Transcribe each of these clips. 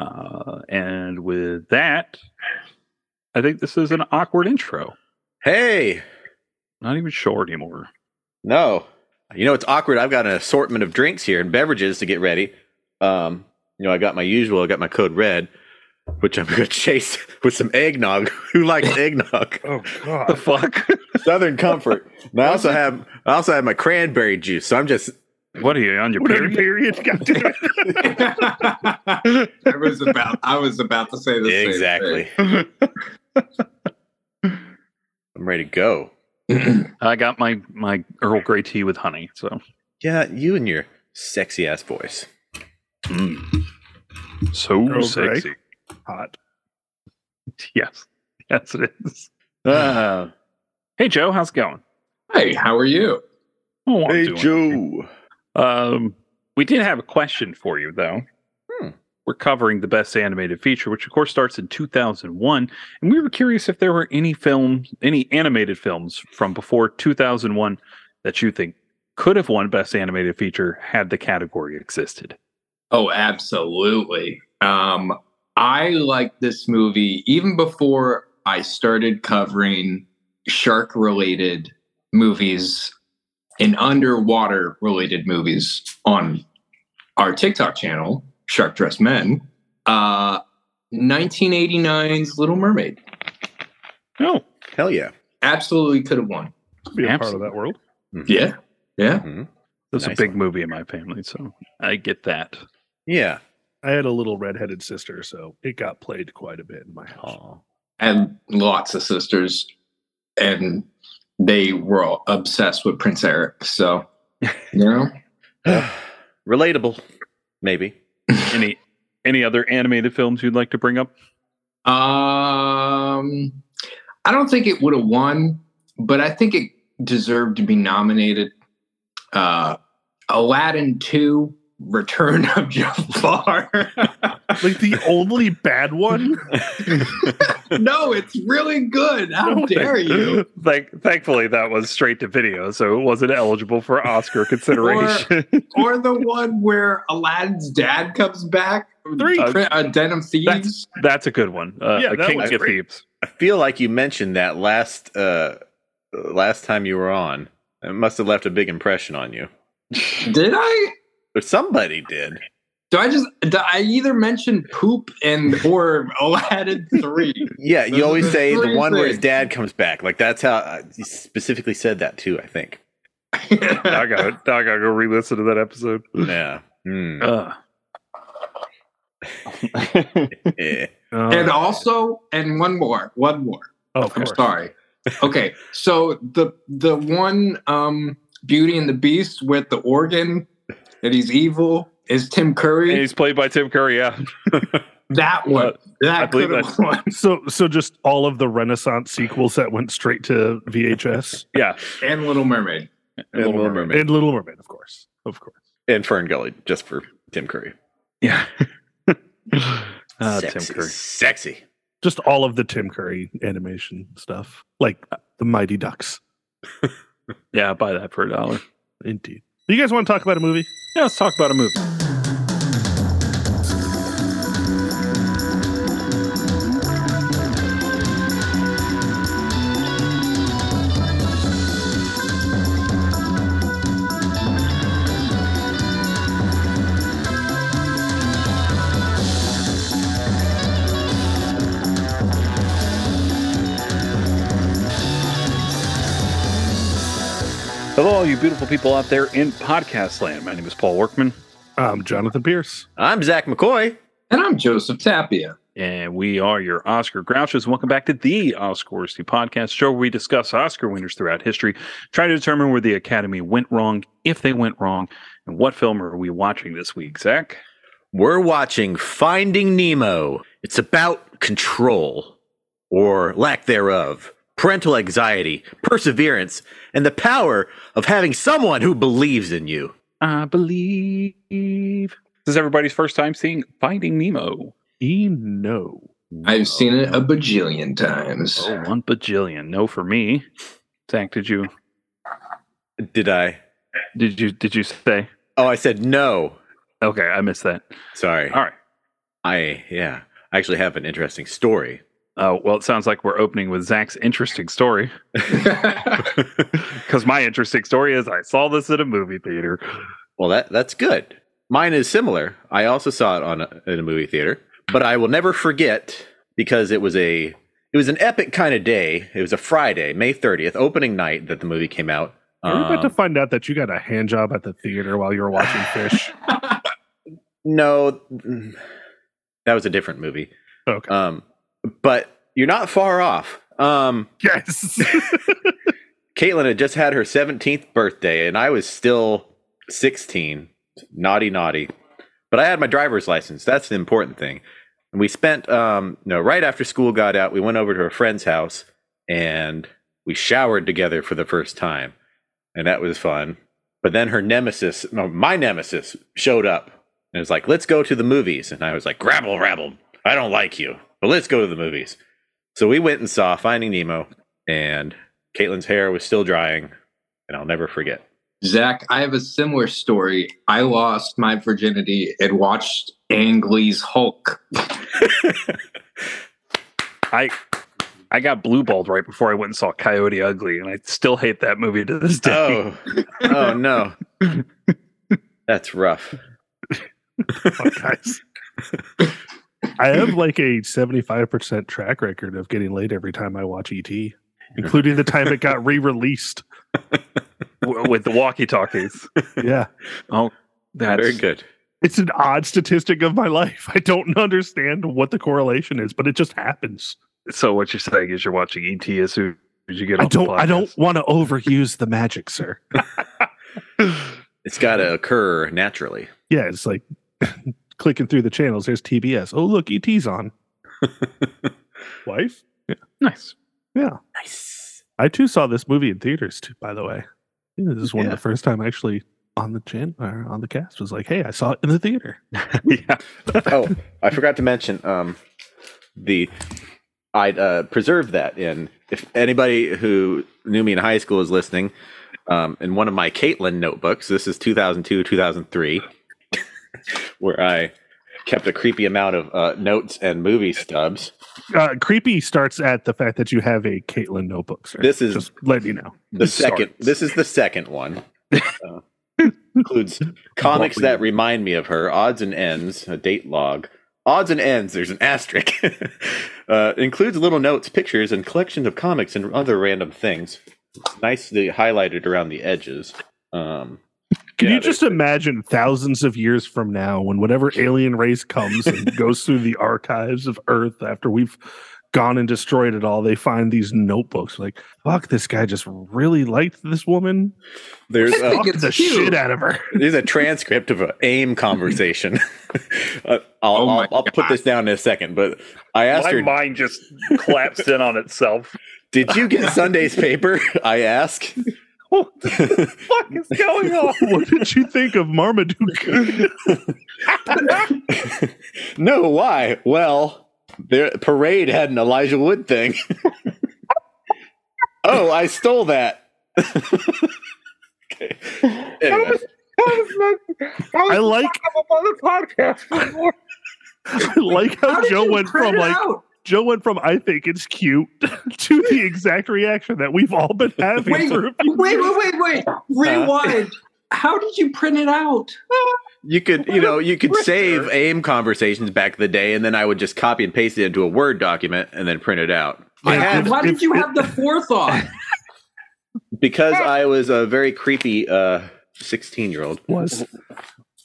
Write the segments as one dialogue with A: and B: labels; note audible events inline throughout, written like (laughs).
A: Uh, and with that, I think this is an awkward intro.
B: Hey,
A: Not even sure anymore.
B: no. You know, it's awkward. I've got an assortment of drinks here and beverages to get ready. Um, you know, I got my usual, I got my code red, which I'm (laughs) going to chase with some eggnog. (laughs) Who likes eggnog?
C: Oh
A: The
C: god.
A: fuck?
B: Southern comfort. And I also have I also have my cranberry juice. So I'm just
A: what are you on your
C: What are you,
A: period?
C: period? (laughs) God damn it.
D: I was about I was about to say the same
B: exactly. I'm ready to go.
A: I got my my Earl Grey tea with honey. So
B: Yeah, you and your sexy ass voice.
A: so
C: Earl Grey?
A: sexy. (laughs)
C: Hot.
A: Yes, yes it is.
B: Ah,
A: Uh, hey Joe, how's it going?
D: thing. Hey, how are you?
A: Oh, I'm doing
B: Joe.
A: Um, we did have a question for you, though.
B: Hmm.
A: We're covering the best animated feature, which of course starts in 2001, and we were curious if there were any films, any animated films from before 2001 that you think could have won best animated feature had the category existed.
D: Oh, absolutely. Um, I like this movie even before I started covering shark related movies and underwater related movies on our TikTok channel, Shark Dress Men. Uh, 1989's Little Mermaid
B: Oh,
A: No,
B: Hell yeah.
D: absolutely could have won.
C: Be a part of
A: Absolutely.
C: that world.
D: Yeah. Yeah.
B: Mhm.
A: that's
B: Nice
A: a big
B: one.
A: movie in my family, so I get that.
B: Yeah. (sighs)
C: I had a little redheaded sister, so it got played quite a bit in my house.
B: Aw.
D: And lots of sisters. And they were all obsessed with Prince Eric. So, you
C: (laughs)
D: know.
B: Relatable, maybe.
A: Any any other animated films you'd like to bring up?
D: Um, I don't think it would have won, but I think it deserved to be nominated. Uh, Aladdin 2, Return (laughs) of Jafar. (laughs)
A: (laughs)
C: Like the only bad one.
D: no, it's really good. How
C: No,
D: dare you?
A: Thank, thankfully, that was straight to video, so it wasn't eligible for Oscar consideration.
D: Or the one where Aladdin's dad comes back.
C: Three.
D: Uh, Denim Thieves.
A: (laughs) That's a good one. Uh,
C: Yeah,
A: a
C: that
A: King
C: one's
A: of
C: great.
A: Thieves.
B: I feel like you mentioned that last uh last time you were on. It must have left a big impression on you.
D: Did I?
B: Or somebody did.
D: Do I just, do I either mention poop and or Aladdin
A: (laughs)
D: 3?
B: Yeah,
D: Those
B: you
D: are
B: always
D: the
B: say the
D: three
B: one where his
D: things.
B: dad comes back. Like that's how uh, you specifically said that too, I (sighs) think.
A: (laughs) I got. I got to go re-listen to that episode.
B: Yeah. (laughs) Hmm.
A: Uh,
B: Eh.
C: Oh,
D: and also and one more one more
C: of
D: i'm
C: course.
D: sorry okay so the the one um beauty and the beast with the organ that he's evil is tim
A: and
D: curry
A: he's played by Tim Curry. Yeah,
D: that one
A: uh, I
D: that
A: believe
D: could have won
C: So so just all of the Renaissance sequels that went straight to VHS.
A: yeah.
D: and little mermaid
B: And Little Mermaid.
C: and Little Mermaid, of course. Of course.
B: And Fern Gully, just for Tim Curry.
A: Yeah. (laughs) uh, Tim
B: sexy.
A: Curry.
B: Sexy.
C: Just all of the Tim Curry animation stuff. Like uh, the Mighty Ducks.
A: Yeah, buy that for a dollar.
C: Indeed. You guys want to talk about a movie?
A: Yeah, let's talk about a movie. Hello, all you beautiful people out there in podcast land. My name is Paul Workman,
C: Um, Jonathan Pierce.
B: I'm Zach McCoy.
D: and i'm joseph tapia
A: and we are your Oscar Grouches. Welcome back to the Oscars, the podcast show where we discuss Oscar winners throughout history, try to determine where the Academy went wrong, if they went wrong, and what film are we watching this week, Zach?
B: We're watching Finding Nemo. It's about control or lack thereof, parental anxiety, perseverance, and the power of having someone who believes in you.
A: I believe. This is everybody's first time seeing Finding Nemo.
C: E no.
D: i've seen it a bajillion times
A: Oh, one bajillion. No for me. Zach, did you
B: Did I?
A: did you did you say?
B: Oh, I said no.
A: Okay, I missed that.
B: Sorry.
A: All right.
B: I yeah, I actually have an interesting story.
A: Oh, well, it sounds like we're opening with Zach's interesting story
D: (laughs)
A: because my interesting story is I saw this at a movie theater.
B: Well, that that's good. Mine is similar. I also saw it on a, in a movie theater, but I will never forget because it was a it was an epic kind of day. It was a Friday, May 30th, opening night that the movie came out.
C: Are we about to
B: Um,
C: find out that you got a hand job at the theater while you
A: (laughs)
C: were watching Fish?
B: no, mm, that was a different movie.
C: Okay.
B: Um, but you're not far off. Um,
C: yes.
B: Caitlin had just had her 17th birthday, and I was still 16. Naughty, naughty. But I had my driver's license. That's the important thing. And we spent, um, no, right after school got out, we went over to a friend's house and we showered together for the first time. And that was fun. But then her nemesis, no, my nemesis, showed up and was like, let's go to the movies. And I was like, grabble, rabble. I don't like you, but let's go to the movies. So we went and saw Finding Nemo and Caitlin's hair was still drying, and I'll never forget.
E: Zach, I have a similar story. I lost my virginity and watched Ang Lee's Hulk.
A: I I got blue balled right before I went and saw Coyote Ugly, and I still hate that movie to this day.
B: (laughs) Oh, (laughs) oh no, that's rough.
C: (laughs) Fuck, guys. I have like a 75% track record of getting late every time I watch ET, including the time
A: (laughs)
C: it got re released.
A: W- With the walkie talkies.
C: Yeah.
A: That's
B: Very good.
C: It's an odd statistic of my life. I don't understand what the correlation is, but it just happens.
A: So what you're saying is you're watching ET as soon as you get.
C: I
A: off the
C: don't I don't
A: podcast.
C: want to overuse the magic, sir.
B: It's got to occur naturally.
C: Yeah, it's like (laughs) clicking through the channels. There's TBS. Oh, look,
A: (laughs)
C: ET's on. Wife?
A: Nice.
B: Nice.
C: I too saw this movie in theaters too. By the way, Yeah, this is one
B: Yeah.
C: of the first time actually on the chan or on the cast was like, "Hey, I saw it in the theater."
A: (laughs) yeah.
B: Oh, I forgot to mention um, the I uh, preserved that in. If anybody who knew me in high school is listening, um, in one of my Caitlin notebooks, this is 2002, 2003, where I kept a creepy amount of uh, notes and movie stubs.
C: Uh, creepy starts at the fact that you have a Caitlin notebook. Sir.
B: This is-
C: just letting you know.
B: the
A: It starts.
B: second this is the
A: (laughs)
B: second one Uh, includes comics that remind me of her odds and ends a date log odds and ends there's an asterisk (laughs) uh, includes little notes pictures and collections of comics and other random things it's nicely highlighted around the edges um,
C: Can
B: Yeah,
C: you just imagine thousands of years from now when whatever alien race comes and goes through the archives of Earth after we've gone and destroyed it all? They find these notebooks. Like, fuck, this guy just really liked this woman.
B: there's
E: I
B: a,
E: (laughs) think
C: Fucked
E: it's
C: the
E: cute.
C: shit out of her.
B: there's a transcript of an aim conversation (laughs) uh, I'll,
E: Oh my
B: I'll, I'll put
E: God.
B: this down in a second but I asked
A: My
B: her
A: mind just collapsed in on itself.
B: did you get Sunday's paper (laughs) I ask (laughs)
A: What the fuck is going on?
C: (laughs) what did you think of Marmaduke?
B: No, why? Well, their parade had an Elijah Wood thing. (laughs) oh, I stole that. (laughs) okay. Anyway,
C: I like (laughs) I like how,
E: How did
C: (laughs) Joe
E: you
C: went
E: print
C: from
E: it
C: like
E: out?
C: Joe went from I think it's cute (laughs) to the exact reaction that we've all been having.
E: Wait.
C: for-
E: wait, wait, (laughs) wait, wait, rewind. How did you print it out?
B: you could, you know, you could save AIM conversations back in the day, and then I would just copy and paste it into a Word document and then print it out. I
C: Yeah.
B: had
E: Why did you have the forethought?
B: (laughs) because I was a very creepy uh, sixteen-year-old.
C: was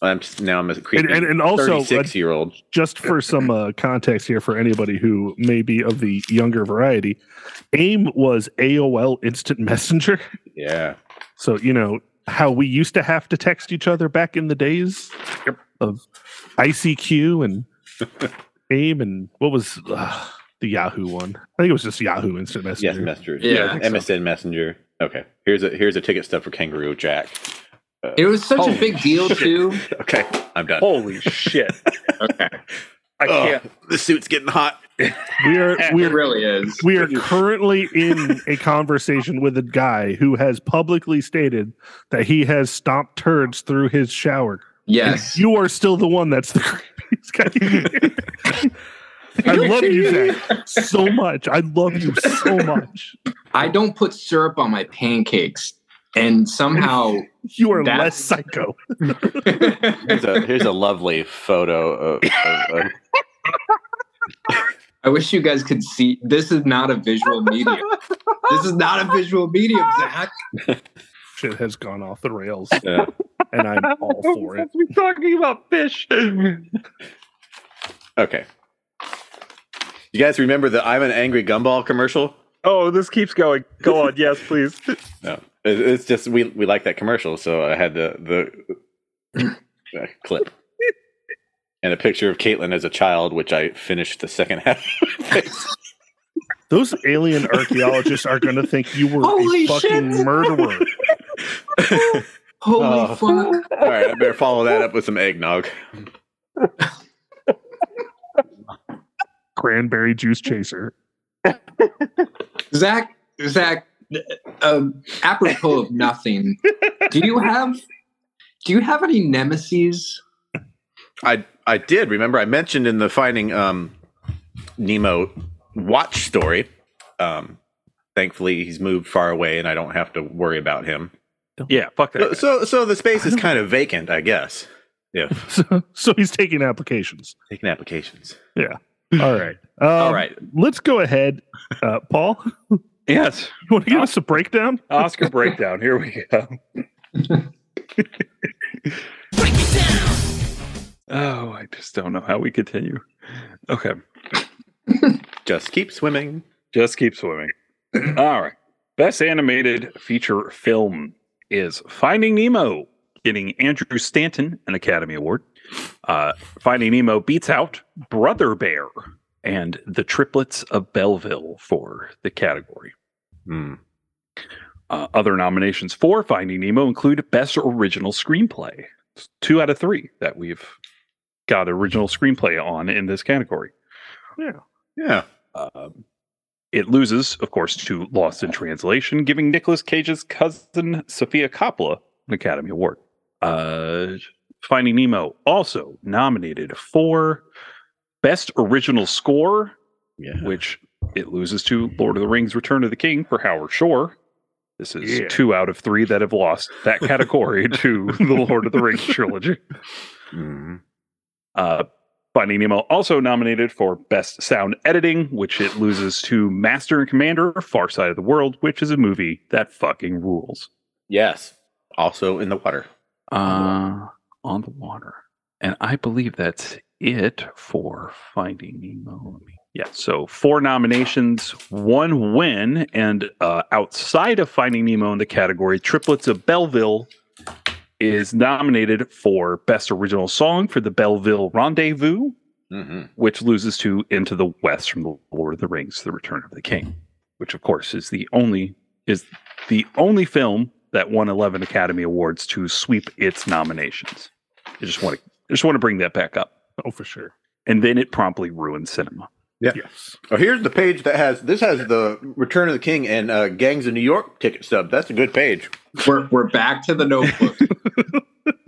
B: I'm s- now I'm a
C: (laughs) and,
B: creepy
C: and, and also uh,
B: thirty-six-year-old.
C: just for some uh, context here for anybody who may be of the younger variety, AIM was AOL Instant Messenger.
B: Yeah,
C: So you know how we used to have to text each other back in the days of ICQ and AIM and what was uh, the Yahoo one? I think it was just Yahoo Instant
B: yes,
C: Messenger.
B: messenger.
E: Yeah,
B: (laughs)
E: I
B: Yeah,
E: think
B: MSN Messenger. Okay, here's a here's a ticket stub for Kangaroo Jack.
E: It was such
B: Holy
E: a big deal,
B: shit.
E: too.
B: Okay, I'm done.
A: Holy shit!
E: Okay,
A: I
B: Oh,
A: can't.
B: the suit's getting hot.
C: we are we
E: it
C: are
E: really is.
C: we are currently in a conversation with a guy who has publicly stated that he has stomped turds through his shower.
E: Yes.
C: You are still the one that's the (laughs) creepiest guy. I love you, Zach, so much. I love you so much.
E: I don't put syrup on my pancakes, and somehow (laughs)
C: You are
E: That-
C: less psycho.
E: I
F: Here's a here's a lovely photo of, of, of
E: wish you guys could see. This is not a visual medium.
C: (laughs)
E: This is not a visual medium, Zach.
C: Shit has gone off the rails,
B: Yeah.
C: and I'm
E: (laughs)
C: all for it.
A: We're talking about fish.
B: Okay. You guys remember the I'm an angry gumball commercial?
A: Oh, this keeps going. Go on. Yes, please.
B: No, It- it's just we we like that commercial, so I had the (laughs) the uh, clip and a picture of Caitlin as a child, which I finished the second half.
C: Those alien archaeologists are going to think you were
E: Holy
C: a fucking
E: shit.
C: murderer.
B: (laughs)
E: Holy
C: Uh.
B: Oh.
E: fuck!
B: All right, I better follow that up with some eggnog.
C: Cranberry juice chaser. (laughs)
E: Zach, Zach, um, apropos of nothing, do you have do you have any nemesis?
B: I I did remember I mentioned in the finding um Nemo watch story. Um, thankfully, he's moved far away, and I don't have to worry about him.
A: Yeah, fuck
B: So (laughs)
A: that.
B: so, so the space is kind of vacant, I guess. Yeah,
C: So, so he's taking applications.
B: taking applications.
C: All right. Um,
B: All right.
C: Let's go ahead. Uh, Paul, you
A: Yes.
C: want to give us a breakdown?
E: Uh,
A: Oscar breakdown. Here we go. Oh, I just don't know how we continue. Okay.
B: Just keep swimming.
A: Just keep swimming. All right. Best animated feature film is Finding Nemo, getting Andrew Stanton an Academy Award. Uh, Finding Nemo beats out Brother Bear and the Triplets of Belleville for the category.
B: Hmm.
A: Uh, other nominations for Finding Nemo include Best Original Screenplay. It's two out of three that we've got original screenplay on in this category.
B: Yeah.
A: Um, it loses, of course, to Lost in Translation, giving Nicolas Cage's cousin Sophia Coppola an Academy Award. Uh, Finding Nemo also nominated for Best Original Score,
B: Yeah.
A: which it loses to Lord of the Rings: Return of the King for Howard Shore. This is
C: Yeah.
A: two out of three that have lost that category to the Lord of the Rings trilogy.
B: Mhm.
A: Uh, Finding Nemo also nominated for Best Sound Editing, which it loses to Master and Commander: Far Side of the World, which is a movie that fucking rules.
B: Yes. Also in the water.
A: Uh, on the water, and I believe that's it for Finding Nemo. Let me- Yeah, so four nominations, one win, and uh, outside of Finding Nemo in the category, Triplets of Belleville is nominated for Best Original Song for the Belleville Rendezvous.
B: hmm
A: which loses to Into the West from the Lord of the Rings: The Return of the King, which of course is the only is the only film that won 11 Academy Awards to sweep its nominations. I just want to I just want to bring that back up,
C: Oh, for sure.
A: and then it promptly ruined cinema.
C: Yes.
B: Oh, here's the page that has this has the Return of the King and uh, Gangs of New York ticket stub. That's a good page.
E: We're we're back to the notebook.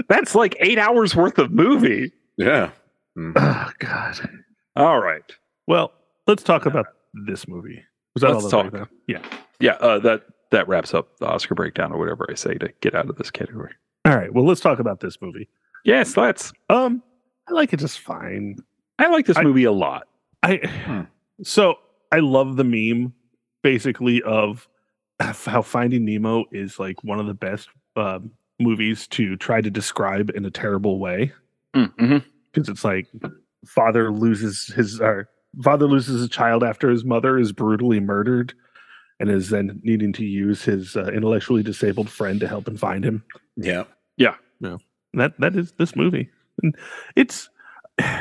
A: That's like eight hours worth of movie.
B: Yeah.
C: Oh, God.
A: All right,
C: Well, let's talk about this movie. Was that
A: Let's
C: all the
A: talk.
C: breakdown? Yeah.
A: yeah, uh, that that wraps up the Oscar breakdown or whatever I say to get out of this category.
C: All right. Well, let's talk about this movie.
A: Yes, that's
C: Um, I like it just fine.
A: I like this
C: I-
A: movie a lot.
C: I so I love the meme basically of how Finding Nemo is like one of the best um movies to try to describe in a terrible way because it's like father loses his or father loses a child after his mother is brutally murdered and is then needing to use his uh, intellectually disabled friend to help him find him.
B: Yeah.
C: that that is this movie And it's (sighs) all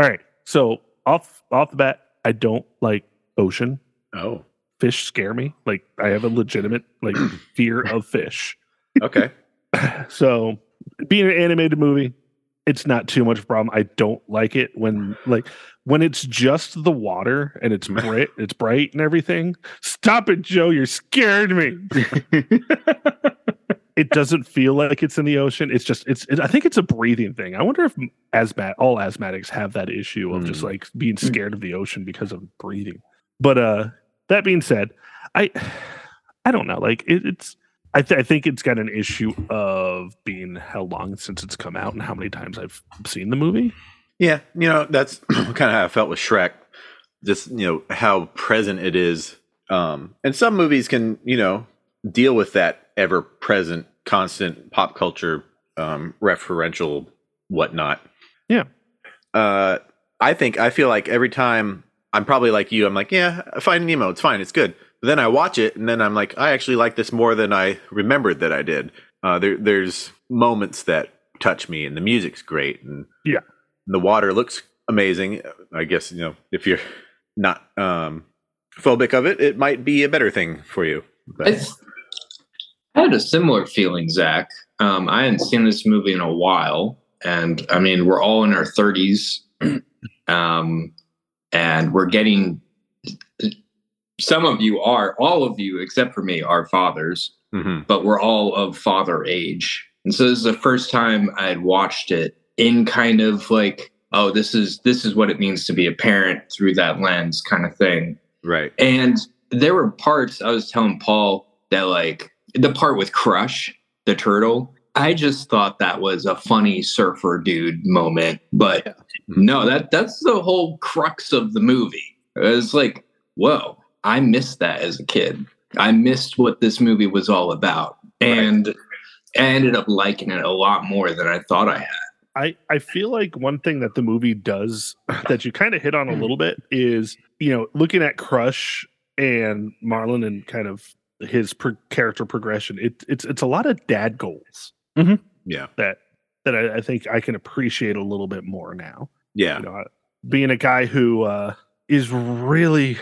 C: right so off off the bat i don't like ocean
B: Oh.
C: fish scare me like i have a legitimate like fear of fish
B: Okay.
C: so being an animated movie it's not too much of a problem i don't like it when like when it's just the water and it's bright it's bright and everything stop it joe you're scared me it doesn't feel like it's in the ocean. It's just it's. It, I think it's a breathing thing. I wonder if asthmat all asthmatics have that issue of just
B: Mm.
C: like being scared of the ocean because of breathing. But uh, that being said, I (sighs) I don't know. Like it, it's. I, th- I think it's got an issue of being how long since it's come out and how many times I've seen the movie.
B: Yeah, you know that's (clears throat) kind of how I felt with Shrek. Just you know how present it is, um, and some movies can you know deal with that ever present, constant pop culture um, referential whatnot.
C: Yeah.
B: uh, I think I feel like every time I'm probably like you. I'm like, yeah, Finding Nemo, it's fine, it's good. But then I watch it, and then I'm like, I actually like this more than I remembered that I did. Uh, there, there's moments that touch me, and the music's great, and the water looks amazing. I guess you know if you're not um, phobic of it, it might be a better thing for you. But
E: (laughs) It's, I had a similar feeling, Zach. Um, I hadn't seen this movie in a while, and I mean, we're all in our thirties, (clears throat) um, and we're getting. Some of you are, all of you except for me, are fathers,
B: Mhm.
E: but we're all of father age, and so this is the first time I had watched it in kind of like, oh, this is this is what it means to be a parent through that lens, kind of thing.
B: right,
E: And there were parts I was telling Paul that like the part with Crush, the turtle, I just thought that was a funny surfer dude moment. But no, that that's the whole crux of the movie. It's like, whoa, I missed that as a kid. I missed what this movie was all about. And I ended up liking it a lot more than I thought I had.
C: I, I feel like one thing that the movie does (laughs) that you kind of hit on a little bit is, you know, looking at Crush and Marlon and kind of his pro- character progression, it, it's it's a lot of dad goals.
A: Mhm.
B: Yeah.
C: That that I, I think I can appreciate a little bit more now.
B: yeah,
C: You know, I- being a guy who uh, is really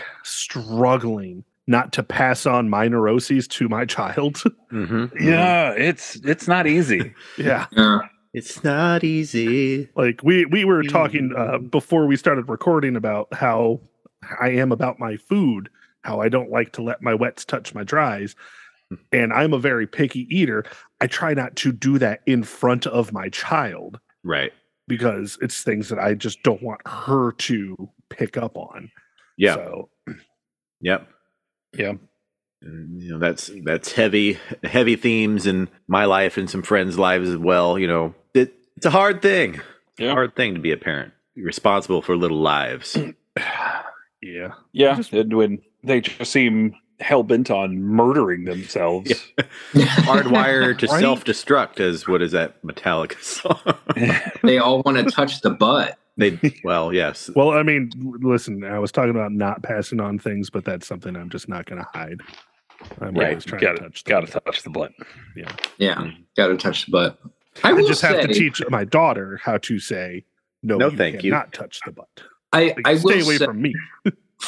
C: struggling not to pass on my neuroses to my child. (laughs)
B: hmm
A: Yeah, it's it's not (laughs) easy.
C: yeah.
E: Yeah.
B: it's not easy.
C: like we we were
B: Mm.
C: talking uh, before we started recording about how i am about my food how i don't like to let my wets touch my dries
B: Hmm.
C: and i'm a very picky eater i try not to do that in front of my child
B: Right,
C: because it's things that i just don't want her to pick up on
B: yeah,
C: so
B: yep,
A: Yeah.
B: And, you know that's that's heavy heavy themes in my life and some friends' lives as well. You know, it, it's a hard thing. It's a
A: Yeah.
B: hard thing to be a parent. You're responsible for little (clears throat) lives.
C: yeah
A: Yeah,
C: Just-
A: and when they just seem hell bent on murdering themselves.
B: Hardwired to
C: Right?
B: self-destruct is what is that Metallica (laughs) song?
E: they all
C: (laughs)
E: want to touch the butt.
B: they well, yes.
C: well i mean l- listen i was talking about not passing on things but that's something i'm just not going to hide i'm
A: Right,
C: always
A: you
C: trying
A: (laughs) gotta-
C: to touch them.
A: Got to touch the blunt.
E: Yeah. Gotta touch the butt. I,
C: Mm-hmm. I
E: will
C: just have to
E: say-
C: teach my daughter how to say no.
B: No,
C: you
B: thank you."
C: cannot touch the butt.
E: I,
C: Like,
E: I will
C: stay away
E: say-
C: from me.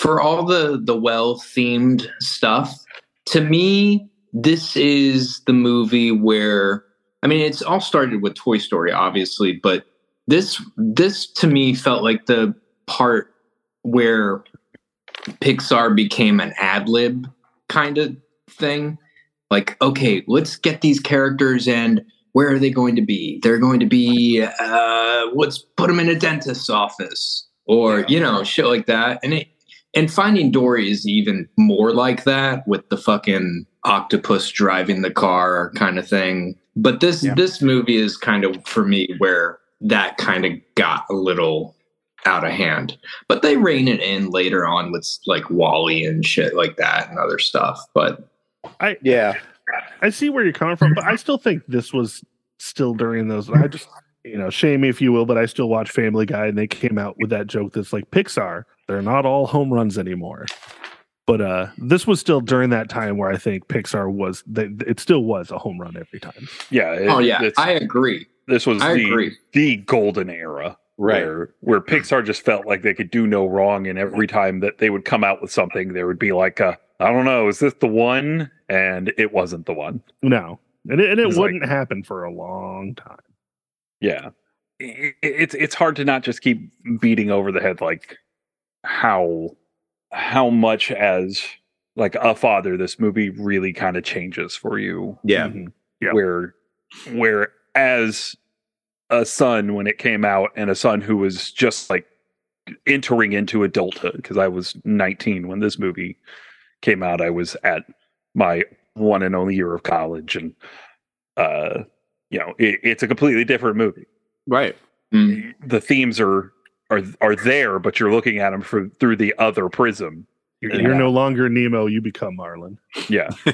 E: for all the the well themed stuff to me this is the movie where i mean it's all started with toy story obviously but this this to me felt like the part where pixar became an ad lib kind of thing like okay let's get these characters and where are they going to be they're going to be uh let's put them in a dentist's office or you know shit like that and it and Finding Dory is even more like that with the fucking octopus driving the car kind of thing. But this
C: Yeah.
E: this movie is kind of for me where that kind of got a little out of hand. But they rein it in later on with like Wally and shit like that and other stuff. But
B: Yeah.
C: I see where you're coming from, but I still think this was still during those. I just, you know, shame me if you will, but I still watch Family Guy, and they came out with that joke that's like Pixar. They're not all home runs anymore. But uh, this was still during that time where I think Pixar was. They, it still was a home run every time.
A: Yeah. it-
E: oh yeah,
A: it's-
E: I agree.
A: this was
E: I
A: the
E: agree.
A: the golden era.
B: Right.
A: Where, where Pixar just felt like they could do no wrong, and every time that they would come out with something, there would be like, a, I don't know, is this the one? And it wasn't the one.
C: No, and it, and it
A: It's like-
C: wouldn't happen for a long time.
A: Yeah, I- I- it's it's hard to not just keep beating over the head like how how much as like a father this movie really kind of changes for you
B: Yeah.
C: Mhm. Yeah.
A: where where as a son when it came out and a son who was just like entering into adulthood because I was 19 when this movie came out. I was at my one and only year of college and uh you know it, it's a completely different movie
B: Right.
E: Mm.
A: the themes are are are there, but you're looking at them from through the other prism.
C: You're,
A: Yeah.
C: you're no longer Nemo. You become Marlin.
A: Yeah,
B: (laughs)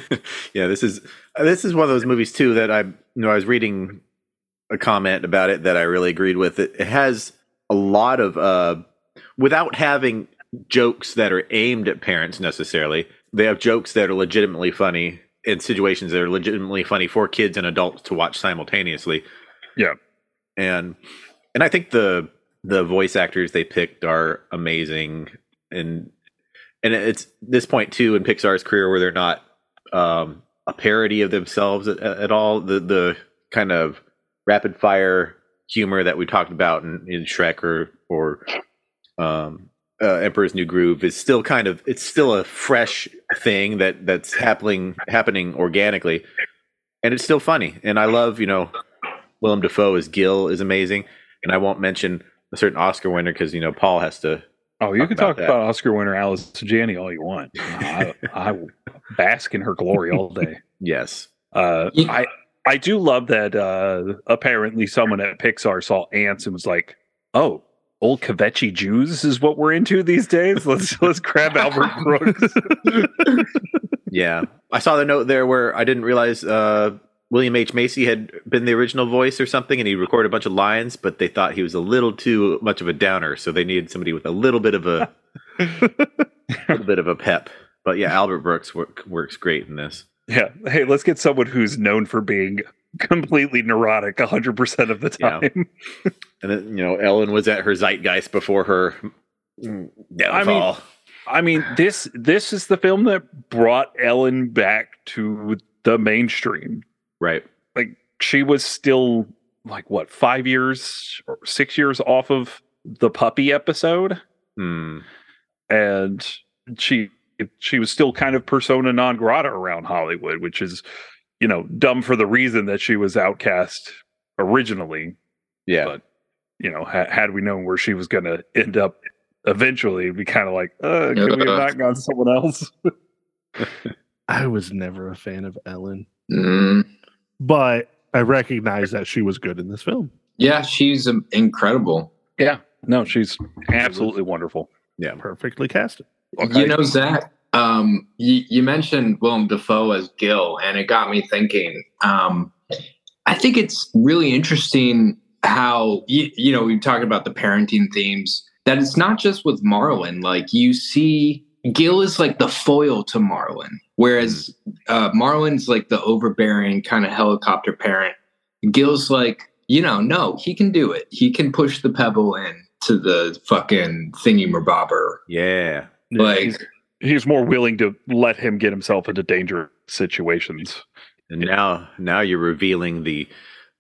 B: yeah, this is uh, this is one of those movies too that I you know I was reading a comment about it that I really agreed with. It, it has a lot of uh without having jokes that are aimed at parents necessarily. They have jokes that are legitimately funny in situations that are legitimately funny for kids and adults to watch simultaneously.
A: Yeah.
B: And and I think the the voice actors they picked are amazing and and it's this point too in Pixar's career where they're not um, a parody of themselves at, at all. The the kind of rapid fire humor that we talked about in, in Shrek or or um, uh, Emperor's New Groove is still kind of it's still a fresh thing that that's happening happening organically, and it's still funny. And I love you know Willem Dafoe as Gil is amazing, and I won't mention a certain Oscar winner because you know Paul has to
A: Oh, you
B: Talk
A: can
B: about
A: talk
B: that.
A: about Oscar winner Alice Janney all you want. I, I will bask in her glory all day.
B: yes
A: Uh,
E: Yeah.
A: I I do love that. Uh, apparently, someone at Pixar saw ants and was like, "Oh, old Kvechi Jews is what we're into these days. Let's (laughs) let's grab Albert Brooks."
B: yeah. I saw the note there where I didn't realize uh, William H. Macy had been the original voice or something, and he recorded a bunch of lines, but they thought he was a little too much of a downer, so they needed somebody with a little bit of a little bit of a pep. But yeah, Albert Brooks work, works great in this.
A: yeah. Hey, let's get someone who's known for being completely neurotic 100 percent of the
B: Yeah.
A: time.
B: And then you know, Ellen was at her zeitgeist before her mm, downfall.
A: I mean, this this is the film that brought Ellen back to the mainstream.
B: right?
A: She was still like what five years or six years off of the puppy episode,
B: Mm,
A: and she she was still kind of persona non grata around Hollywood, which is you know dumb for the reason that she was outcast originally.
B: yeah,
A: But- You know, ha- had we known where she was going to end up eventually, we kind of like, uh, can we have not gone someone else?
C: I was never a fan of Ellen,
E: Mm.
C: but I recognize that she was good in this film.
E: Yeah, she's um, incredible.
A: Yeah. No, she's absolutely wonderful.
C: Perfectly casted.
A: Okay.
E: You know, Zach, um, you, you mentioned Willem Dafoe as Gil, and it got me thinking. Um, I think it's really interesting how, you, you know, we've talked about the parenting themes, that it's not just with Marlin. Like, you see, Gil is like the foil to Marlin, whereas uh, Marlin's like the overbearing kind of helicopter parent. Gil's like, you know, no, he can do it. He can push the pebble in to the fucking thingy mabobber.
B: yeah.
C: Yeah,
E: Like,
A: he's more willing to let him get himself into danger situations.
B: And now now you're revealing the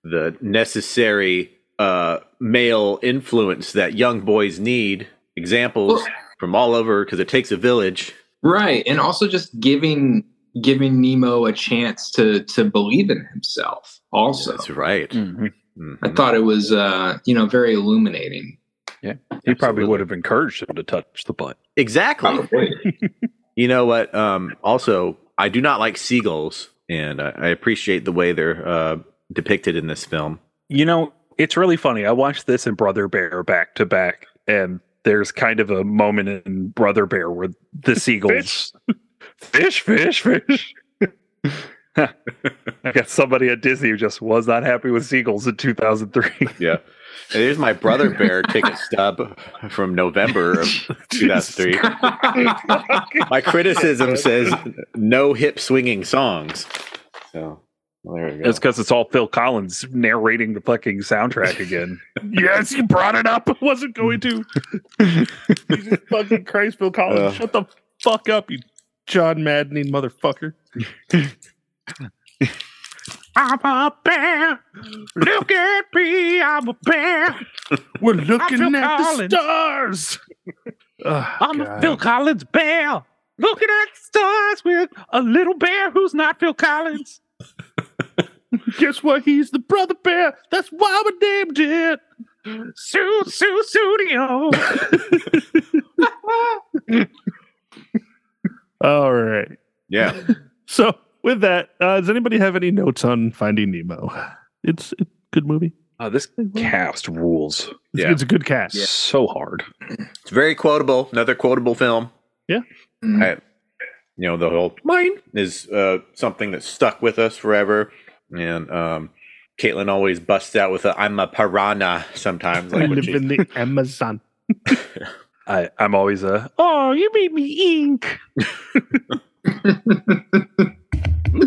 B: the necessary uh male influence that young boys need. Examples
E: Well-
B: from all over because it takes a village.
E: right and also just giving giving nemo a chance to to believe in himself also mm,
B: That's right.
E: i
B: Mhm.
E: thought it was uh you know very illuminating
A: He probably
B: Absolutely.
A: would have encouraged him to touch the butt.
B: exactly.
E: probably
B: You know what? Um, also, I do not like seagulls, and I, I appreciate the way they're uh, depicted in this film.
A: You know, it's really funny. I watched this and Brother Bear back to back, and there's kind of a moment in Brother Bear where the (laughs) seagulls fish, fish, fish. (laughs) I got somebody at Disney who just was not happy with seagulls in 2003.
B: Yeah. And here's my brother bear ticket stub from November of 2003. My criticism says no hip swinging songs. So well, there we
A: (laughs)
B: go.
A: It's because it's all Phil Collins narrating the fucking (laughs) soundtrack again. Hmm.
C: yes, you brought
A: (laughs)
C: it up. I wasn't going to. (laughs) Jesus fucking Christ, Bill Collins.
B: Uh.
C: Shut the fuck up, you John Maddening motherfucker. I'm a bear. Look at me. I'm a bear. We're looking at
A: Collins.
C: the stars. (laughs)
A: I'm a Phil Collins bear. Looking at the stars with a little bear who's not Phil Collins.
C: Guess what? He's the brother bear. That's why we named it. Sue Sue Studio. (laughs) All right.
B: Yeah.
C: So with that, uh, does anybody have any notes on Finding Nemo? It's a good movie.
A: Uh, this cast rules
C: It's,
B: Yeah.
C: it's a good cast.
A: so hard.
B: It's very quotable. Another quotable film.
E: Mm.
B: I- You know, the whole mine is uh, something that stuck with us forever. And um, Caitlin always busts out with a I'm a piranha sometimes.
C: I
B: Like when
C: live
B: she-
C: in (laughs) the Amazon.
A: I, I'm always a oh, you made me
B: (laughs)
A: ink.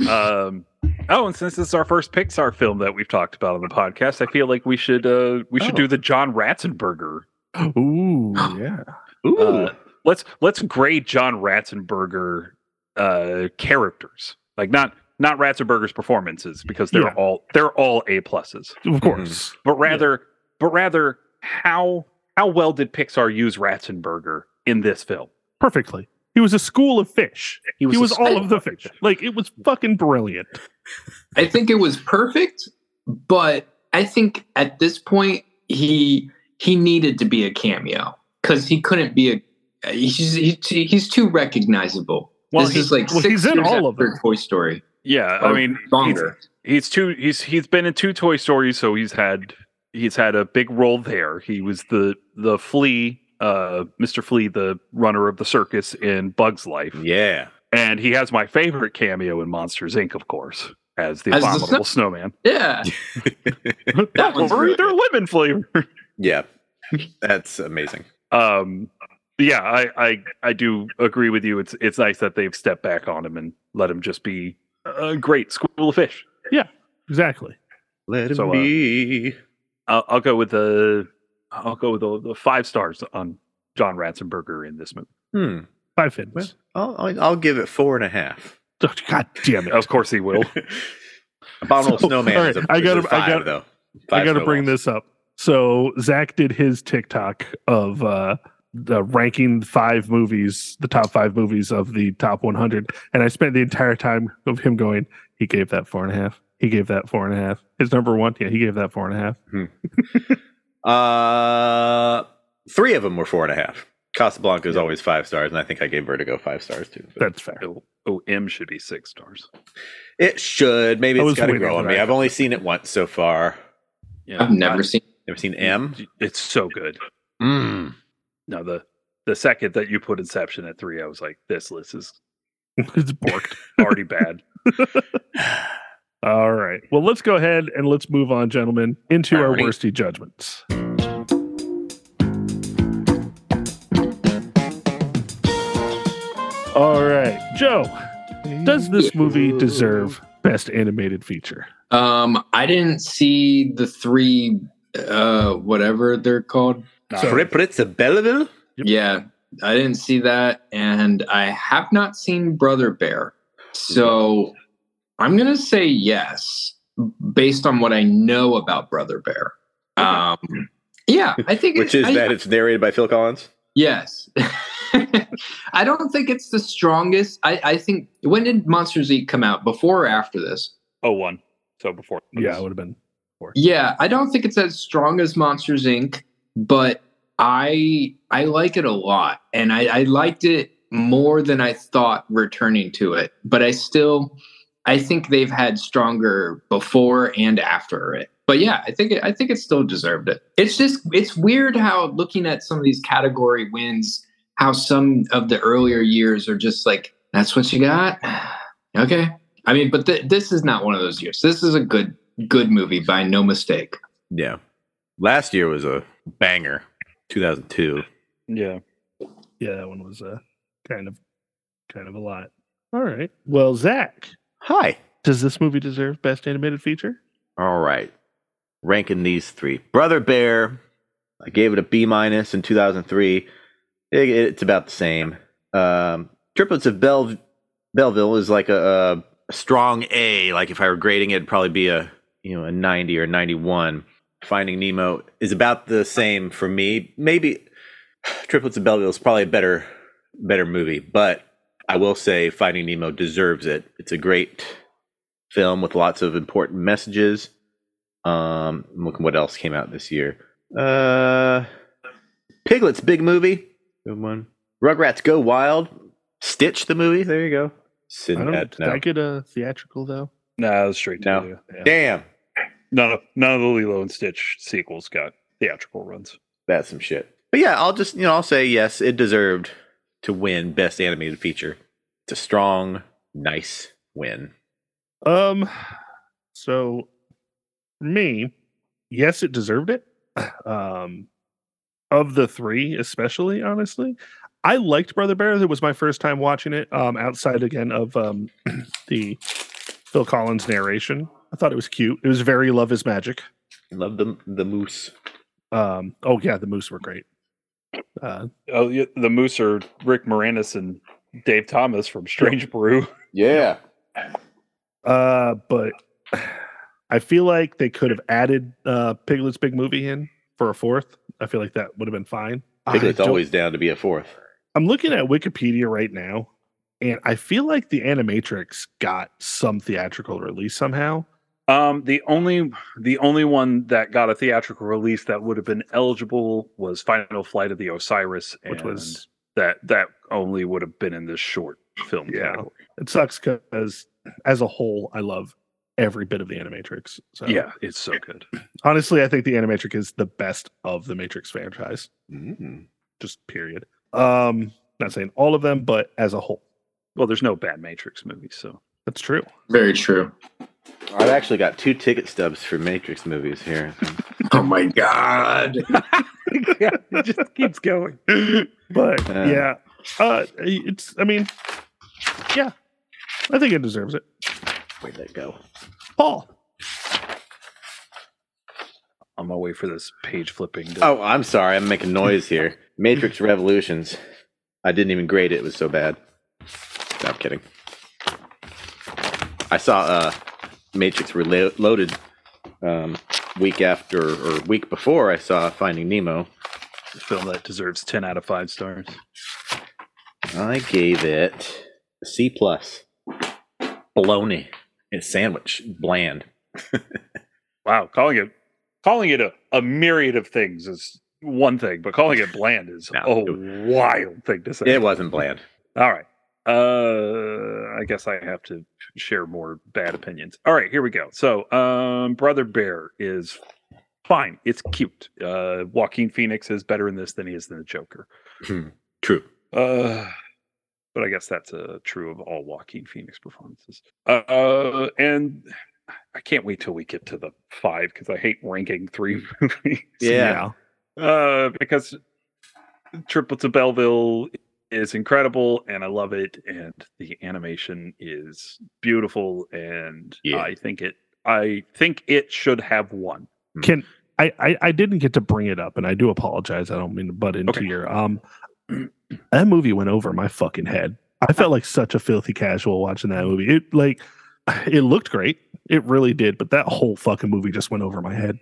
A: um, oh, and since this is our first Pixar film that we've talked about on the podcast, I feel like we should uh, we should
B: Oh.
A: do the John Ratzenberger.
C: (gasps) Ooh, yeah.
B: Ooh.
A: Uh, let's let's grade John Ratzenberger uh, characters, like not not Ratzenberger's performances because they're
C: Yeah.
A: all they're all A pluses,
C: Of course.
A: but rather but rather how how well did Pixar use Ratzenberger in this film?
C: Perfectly. He was a school of fish. He
A: a
C: was all
A: scholar.
C: of the fish. Like it was fucking brilliant.
E: I think it was perfect, but I think at this point he he needed to be a cameo because he couldn't be a he's he's too recognizable.
A: Well,
E: this
A: he-
E: is like
C: well,
E: six
C: he's in
E: years
C: all of
E: after
C: them.
E: Toy Story.
A: Yeah, I
E: or
A: mean, he's,
E: longer.
A: he's two. He's he's been in two Toy Stories, so he's had he's had a big role there. He was the the flea, uh, Mr. Flea, the runner of the circus in Bug's Life,
B: yeah. (laughs)
A: and he has my favorite cameo in Monsters Inc. Of course, as the
E: As the
A: abominable
E: snow-
A: snowman.
E: Yeah, that one's
A: Or
E: really
A: either lemon flavor.
B: Yeah. That's amazing.
A: Um, yeah, I, I I do agree with you. It's it's nice that they've stepped back on him and let him just be a great school of fish.
C: Exactly.
B: Let him
A: So, uh,
B: be.
A: I'll, I'll go with the I'll go with the, the five stars on John Ratzenberger in this movie.
B: Hmm.
C: Five fins.
B: Well, I'll, I'll, I'll give it four and a half.
C: Oh, God damn it.
A: Of course, he
B: (laughs)
C: (laughs)
A: will.
B: Abominable
C: So,
B: Snowman.
C: all
B: is
C: right,
B: a,
C: I
B: is a
C: gotta- I
B: five,
C: gotta-
B: though.
C: I got to bring this up. So Zach did his TikTok of uh, the ranking five movies, the top five movies of the top 100, and I spent the entire time of him going. He gave that four and a half. He gave that four and a half. His number one, yeah, he gave that four and a half.
B: this. Uh, three of them were four and a half. Casablanca is always five stars, and I think I gave Vertigo five stars too. but
C: That's fair. (laughs)
A: O- OM Oh, should be six stars.
B: it should. Maybe
C: I
B: it's
C: was
B: got to
C: waiting
B: grow on
C: for
B: me.
C: that.
B: I've only seen it once so far.
A: Yeah,
E: I've never seen.
B: Never seen M.
A: It's so good.
B: Mm.
A: No, the the second that you put Inception at three, I was like, this list is
C: it's borked.
A: already
C: (laughs)
A: bad.
C: All right. Well, let's go ahead and let's move on, gentlemen, into our
B: Alrighty.
C: worsty judgments. All right, Joe. Does this movie deserve best animated feature?
E: Um, I didn't see the three, uh, whatever they're called.
A: Not
C: So-
A: really.
B: Triplet of Belleville?
C: Yep.
E: Yeah, I didn't see that, and I have not seen Brother Bear. So I'm gonna say yes, based on what I know about Brother Bear. Um, yeah, I think
B: (laughs) Which
E: it-
B: is
E: I-
B: that it's narrated by Phil Collins?
E: (laughs) Yes. (laughs) I don't think it's the strongest. I, I think when did Monsters Inc. come out? Before or after this?
A: Oh one. So before.
C: Yeah, it would have been.
E: Yeah, I don't think it's as strong as Monsters Inc., but I I like it a lot. And I, I liked it more than I thought returning to it. But I still I think they've had stronger before and after it. But yeah, I think it, I think it still deserved it. It's just it's weird how looking at some of these category wins, how some of the earlier years are just like that's what you got. (sighs) Okay, I mean, but th- this is not one of those years. This is a good good movie by no mistake.
B: Yeah. Last year was a banger, 2002.
A: Yeah.
C: Yeah, that one was uh, kind of, kind of a lot. All right. Well, Zach,
B: Hi.
C: does this movie deserve best animated feature?
B: All right. Ranking these three. Brother Bear, I gave it a B minus in 2003. It- it's about the same. Um, Triplets of Bell, Belleville is like a, a strong A. Like if I were grading it, it'd probably be a you know a 90 or 91. Finding Nemo is about the same for me. Maybe Triplets of Belleville is probably a better better movie, but I will say Finding Nemo deserves it. It's a great film with lots of important messages. Um, I'm looking what else came out this year. Uh, Piglet's big movie. Good one. Rugrats Go Wild. Stitch the movie. There you go. Sin-
C: I don't,
B: uh,
C: did
B: no.
C: I get a theatrical though?
A: Nah, it was straight to
B: No.
A: video. Yeah.
B: Damn,
A: None of none of the Lilo and Stitch sequels got theatrical runs.
B: that's some shit. But yeah, I'll just you know I'll say yes. It deserved to win best animated feature. It's a strong, nice win.
C: Um, so for me, yes, it deserved it. (sighs) Um, of the three, especially honestly, I liked Brother Bear. It was my first time watching it. Um, outside again of um (clears throat) the Phil Collins narration, I thought it was cute. It was very Love Is Magic.
B: Love the the moose.
C: Um, oh yeah, the moose were great. Uh,
A: Oh, yeah, the Moose are Rick Moranis and Dave Thomas from Strange Brew.
F: Yeah.
C: Uh, but (sighs) I feel like they could have added uh Piglet's big movie in for a fourth. I feel like that would have been fine. I
B: Piglet's
C: don't-
B: always down to be a fourth.
C: I'm looking at Wikipedia right now, and I feel like the Animatrix got some theatrical release somehow.
A: Um, the only the only one that got a theatrical release that would have been eligible was Final Flight of the Osiris,
C: Which
A: and
C: was-
A: that that only would have been in this short film
C: Yeah.
A: category.
C: It sucks because as a whole, I love every bit of the Animatrix. So
A: Yeah, it's so good.
C: honestly, I think the Animatrix is the best of the Matrix franchise.
B: Mm.
C: Just period. Um, not saying all of them, but as a whole.
A: Well, there's no bad Matrix movies, so
C: That's true.
E: Very true.
B: I've actually got two ticket stubs for Matrix movies here.
E: Oh my god.
A: yeah, it just keeps going.
C: but
B: Yeah.
C: yeah, uh, it's. I mean, yeah, I think it deserves it.
B: Where'd that go?
C: Paul,
A: On my way for this page flipping. to-
B: Oh, I'm sorry. I'm making noise here. Matrix Revolutions. I didn't even grade it. It was so bad. No, I'm kidding. I saw uh, Matrix Reloaded um, week after or week before I saw Finding Nemo.
A: a film that deserves ten out of five stars.
B: I gave it a C plus. Bologna and sandwich bland.
A: Wow, calling it calling it a, a myriad of things is one thing, but calling it bland is
B: No,
A: a
B: it
A: wild thing to say.
B: It wasn't bland.
A: All right. Uh I guess I have to share more bad opinions. All right, here we go. So, um Brother Bear is fine. It's cute. Uh Joaquin Phoenix is better in this than he is in the Joker.
B: True.
A: Uh but I guess that's uh, true of all Joaquin Phoenix performances. Uh, and I can't wait till we get to the five because I hate ranking three (laughs) movies.
B: Yeah.
A: Uh, because Triplets of Belleville is incredible and I love it. And the animation is beautiful. And
B: Yeah.
A: I think it, I think it should have won.
C: can I, I? I didn't get to bring it up, and I do apologize. I don't mean to butt into
A: Okay.
C: your um. (clears throat) That movie went over my fucking head. I felt like such a filthy casual watching that movie. It like, (sighs) it looked great. It really did, but that whole fucking movie just went over my head.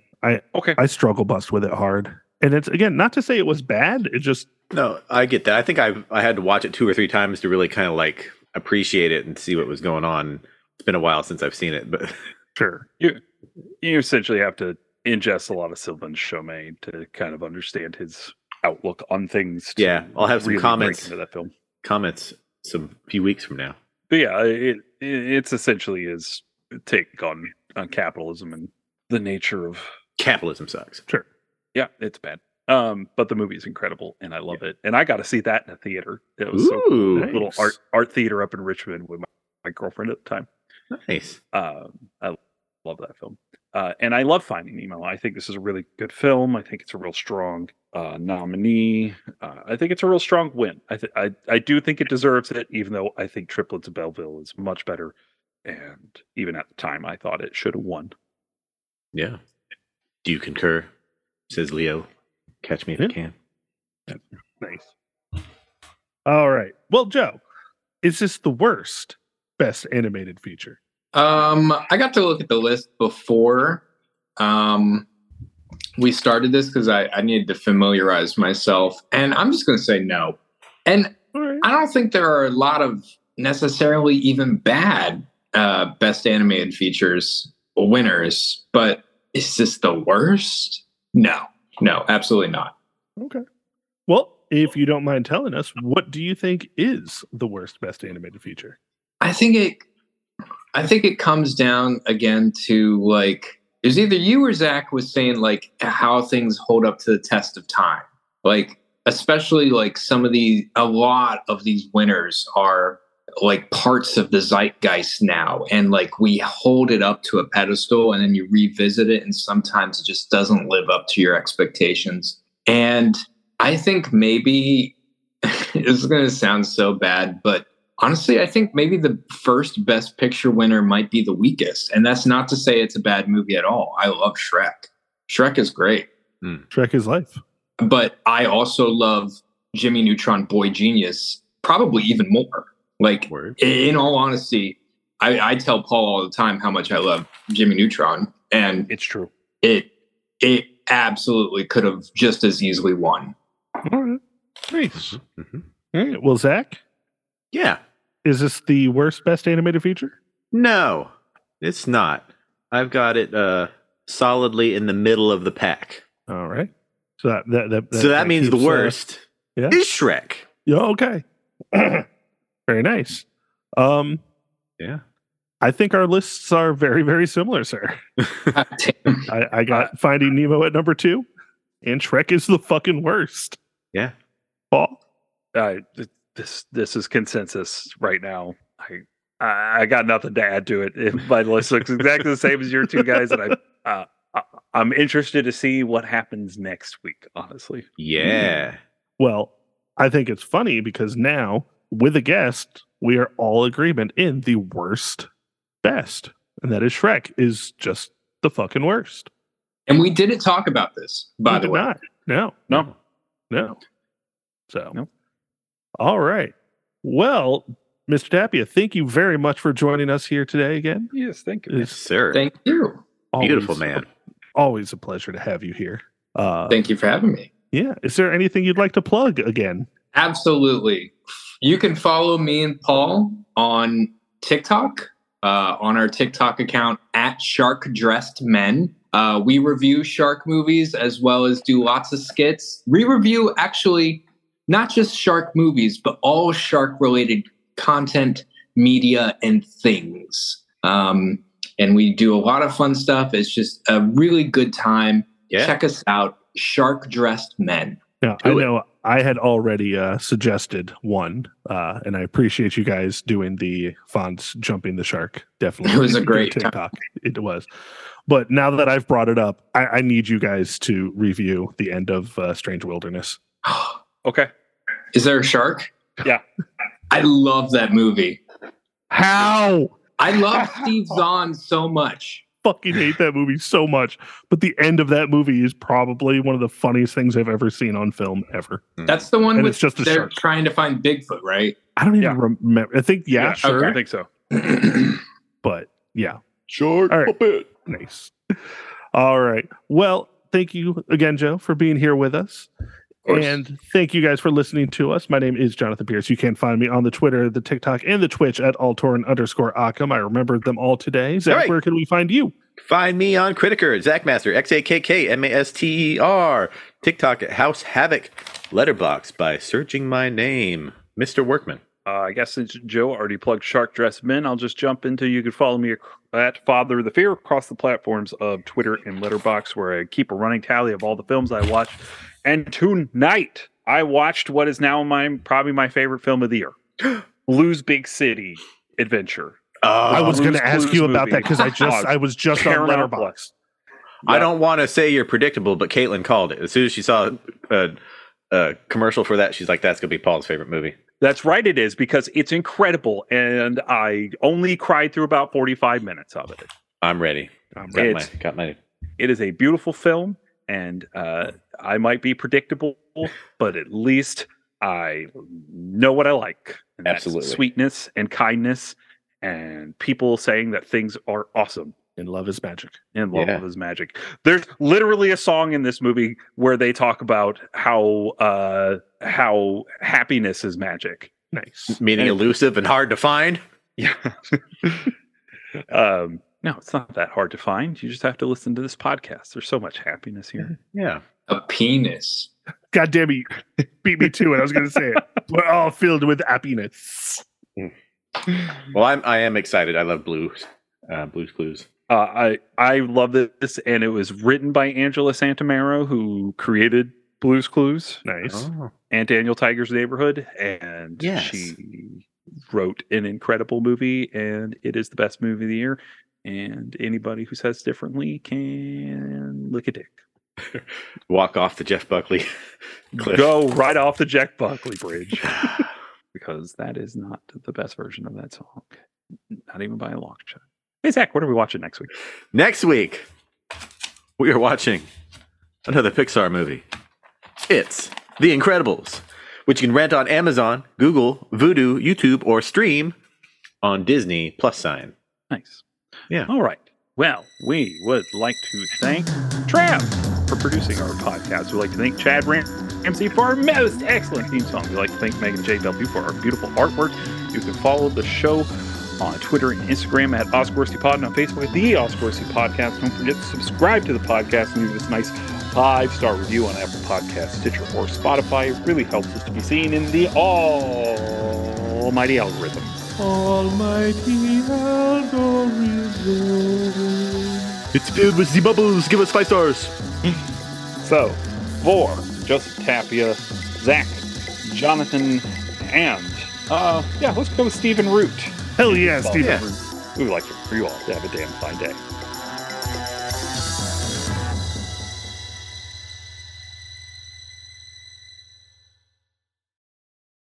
A: Okay.
C: I struggle bust with it hard. And it's again not to say it was bad. It just
B: No, I get that. I think I I had to watch it two or three times to really kind of like appreciate it and see what was going on. It's been a while since I've seen it, but (laughs)
C: sure.
A: you essentially have to ingest a lot of Sylvan Chomet to kind of understand his outlook on things. to
B: Yeah, I'll have some
A: really break
B: comments.
A: into that film.
B: comments some few weeks from now.
A: But yeah, it, it it's essentially his take on on capitalism and the nature of
B: Capitalism sucks.
A: yeah, it's bad. Um, but the movie is incredible, and I love it. And I got to see that in a theater. It was so
B: Ooh,
C: Hey.
A: little
C: nice.
A: art art theater up in Richmond with my, my girlfriend at the time.
B: nice.
A: Um, I love that film. Uh, and I love Finding Nemo. I think this is a really good film. I think it's a real strong uh, nominee. Uh, I think it's a real strong win. I, th- I I do think it deserves it, even though I think Triplets of Belleville is much better. And even at the time, I thought it should have won.
B: Yeah. Do you concur? Says Leo. Catch me if you can.
C: Nice. All right. Well, Joe, is this the worst best animated feature?
E: Um, I got to look at the list before um, we started this because I, I needed to familiarize myself, and I'm just going to say no. And
C: All right.
E: I don't think there are a lot of necessarily even bad uh, best animated features winners, but is this the worst? No, no, absolutely not.
C: Okay. Well, if you don't mind telling us, what do you think is the worst best animated feature?
E: I think it I think it comes down again to like it was either you or Zach was saying like how things hold up to the test of time. Like especially like some of the a lot of these winners are like parts of the zeitgeist now and like we hold it up to a pedestal and then you revisit it and sometimes it just doesn't live up to your expectations. And I think maybe (laughs) this is going to sound so bad, but honestly, I think maybe the first best picture winner might be the weakest. And that's not to say it's a bad movie at all. I love Shrek. Shrek is great.
C: Shrek is life.
E: But I also love Jimmy Neutron Boy Genius, probably even more. Like,
B: Word.
E: in all honesty, I, I tell Paul all the time how much I love Jimmy Neutron. And
A: It's true.
E: it, it absolutely could have just as easily won.
C: All right. Nice.
B: Mhm.
C: All right. Well, Zach,
B: Yeah.
C: is this the worst best animated feature?
B: No, it's not. I've got it uh, solidly in the middle of the pack.
C: All right. So that that, that,
B: so that, means the
C: keeps, uh,
B: worst
C: yeah.
B: is Shrek.
C: yeah. Okay. (clears throat) very nice. Um,
B: Yeah.
C: I think our lists are very very similar, sir. (laughs) I, I got Finding Nemo at number two, and Shrek is the fucking worst.
B: Yeah.
C: Paul.
A: Uh, th- this this is consensus right now. I I I got nothing to add to it. If my list looks exactly the same as your two guys, and I, uh, I I'm interested to see what happens next week. Honestly,
B: Yeah.
C: Well, I think it's funny because now with a guest, we are all agreement in the worst best, and that is Shrek is just the fucking worst.
E: And we didn't talk about this, by
C: We
E: the
C: did
E: way.
C: not. no,
A: no,
C: no. So,
A: No.
C: all right. Well, Mr. Tapia, thank you very much for joining us here today again.
A: yes, thank you.
B: Yes,
C: It's
B: sir.
E: Thank you.
C: always-
B: Beautiful man.
C: Always a pleasure to have you here. Uh,
E: Thank you for having me.
C: Yeah. Is there anything you'd like to plug again?
E: Absolutely. You can follow me and Paul on TikTok, uh, on our TikTok account at Shark Dressed Men. Uh, we review shark movies as well as do lots of skits. We review actually not just shark movies, but all shark related content, media, and things. Um, and we do a lot of fun stuff. It's just a really good time.
B: Yeah.
E: Check us out, Shark Dressed Men. (gasps)
C: Yeah,
B: Do
C: I
B: it.
C: know I had already uh, suggested one, uh, and I appreciate you guys doing the fonts jumping the shark. Definitely,
E: It was
C: (laughs)
E: a
C: Your
E: great time.
C: TikTok. It was, but now that I've brought it up, I, I need you guys to review the end of uh, Strange Wilderness.
A: Okay,
E: Is there a shark?
A: Yeah.
E: I love that movie.
C: How (laughs)
E: I love Steve Zahn so much.
C: fucking hate that movie so much, but the end of that movie is probably one of the funniest things I've ever seen on film ever.
E: That's the one
C: And
E: with
C: it's just a
E: they're
C: shark.
E: trying to find Bigfoot, right?
C: I don't even
A: Yeah.
C: remember. I think yeah,
A: Yeah,
C: sure,
A: I think so.
C: but yeah,
F: Shark
C: All right.
F: puppet.
C: Nice. All right. Well, thank you again, Joe, for being here with us. And thank you guys for listening to us. My name is Jonathan Pierce. You can find me on the Twitter, the TikTok, and the Twitch at Altoran underscore Occam. I remembered them all today. Zach,
B: All right.
C: where can we find you?
B: Find me on Critiker, Zach Master, X A K K M A S T E R, TikTok at House Havoc, Letterbox by searching my name, Mr. Workman.
A: Uh, I guess since Joe already plugged Shark Dress Men, I'll just jump into. You can follow me ac- at Father of the Fear across the platforms of Twitter and Letterbox, where I keep a running tally of all the films I watch. And tonight, I watched what is now my probably my favorite film of the year,
C: (gasps)
A: Blue's Big City Adventure.
B: Oh,
C: I was going
A: Blue's
C: to ask
A: Clues
C: you about
A: movie.
C: that because I just
A: Oh,
C: I was just on
A: Paramount
C: Letterbox.
B: I don't want to say you're predictable, but Caitlin called it. As soon as she saw a, a commercial for that, she's like, that's going to be Paul's favorite movie.
A: That's right, it is because it's incredible, and I only cried through about forty-five minutes of it.
B: I'm ready.
C: I'm
B: Got my,
A: It's-
B: got my.
A: It is a beautiful film, and uh, I might be predictable, but at least I know what I like. And that's
F: Absolutely.
A: sweetness and kindness, and people saying that things are awesome
C: And love is magic.
A: and love
B: Yeah.
A: is magic. There's literally a song in this movie where they talk about how uh, how happiness is magic.
C: Nice.
B: Meaning
A: And-
B: elusive and hard to find.
A: Yeah. (laughs) Um, no, it's not that hard to find. You just have to listen to this podcast. There's so much happiness here.
B: Yeah.
E: A penis.
C: God damn it, you beat me to it. I was going
B: (laughs)
C: to say it. We're all filled with happiness.
B: Well, I'm I am excited. I love blues. Uh, blues clues.
A: Uh, I I love this, and it was written by Angela Santamaro, who created Blues Clues
C: Nice.
B: Oh.
A: and Daniel Tiger's Neighborhood, and
B: Yes.
A: she wrote an incredible movie, and it is the best movie of the year. And anybody who says differently can lick a dick.
B: Walk off the Jeff Buckley (laughs) cliff.
A: Go right off the Jack Buckley
B: (laughs)
A: bridge because that is not the best version of that song, not even by a long shot. Hey Zach, what are we watching next week?
B: Next week, we are watching another Pixar movie. It's The Incredibles, which you can rent on Amazon, Google, Vudu, YouTube, or stream on Disney Plus Sign.
A: Nice.
B: Yeah.
A: All right. Well, we would like to thank Trav for producing our podcast. We'd like to thank Chad Ram- Ramsey for our most excellent theme song. We'd like to thank Megan JW for our beautiful artwork. You can follow the show on Twitter and Instagram at Oscarsey Pod and on Facebook at the Oscarsey Podcast. Don't forget to subscribe to the podcast and leave us a nice five star review on Apple Podcasts, Stitcher, or Spotify. It really helps us to be seen in the almighty algorithm. Almighty algorithm.
B: It's filled with the bubbles. Give us five stars.
A: So, for Joseph Tapia, Zach, Jonathan, and uh, yeah, let's go with Stephen Root.
C: Hell yeah,
A: Well,
C: Steve.
B: yeah.
A: We would like for you all to have a damn fine day.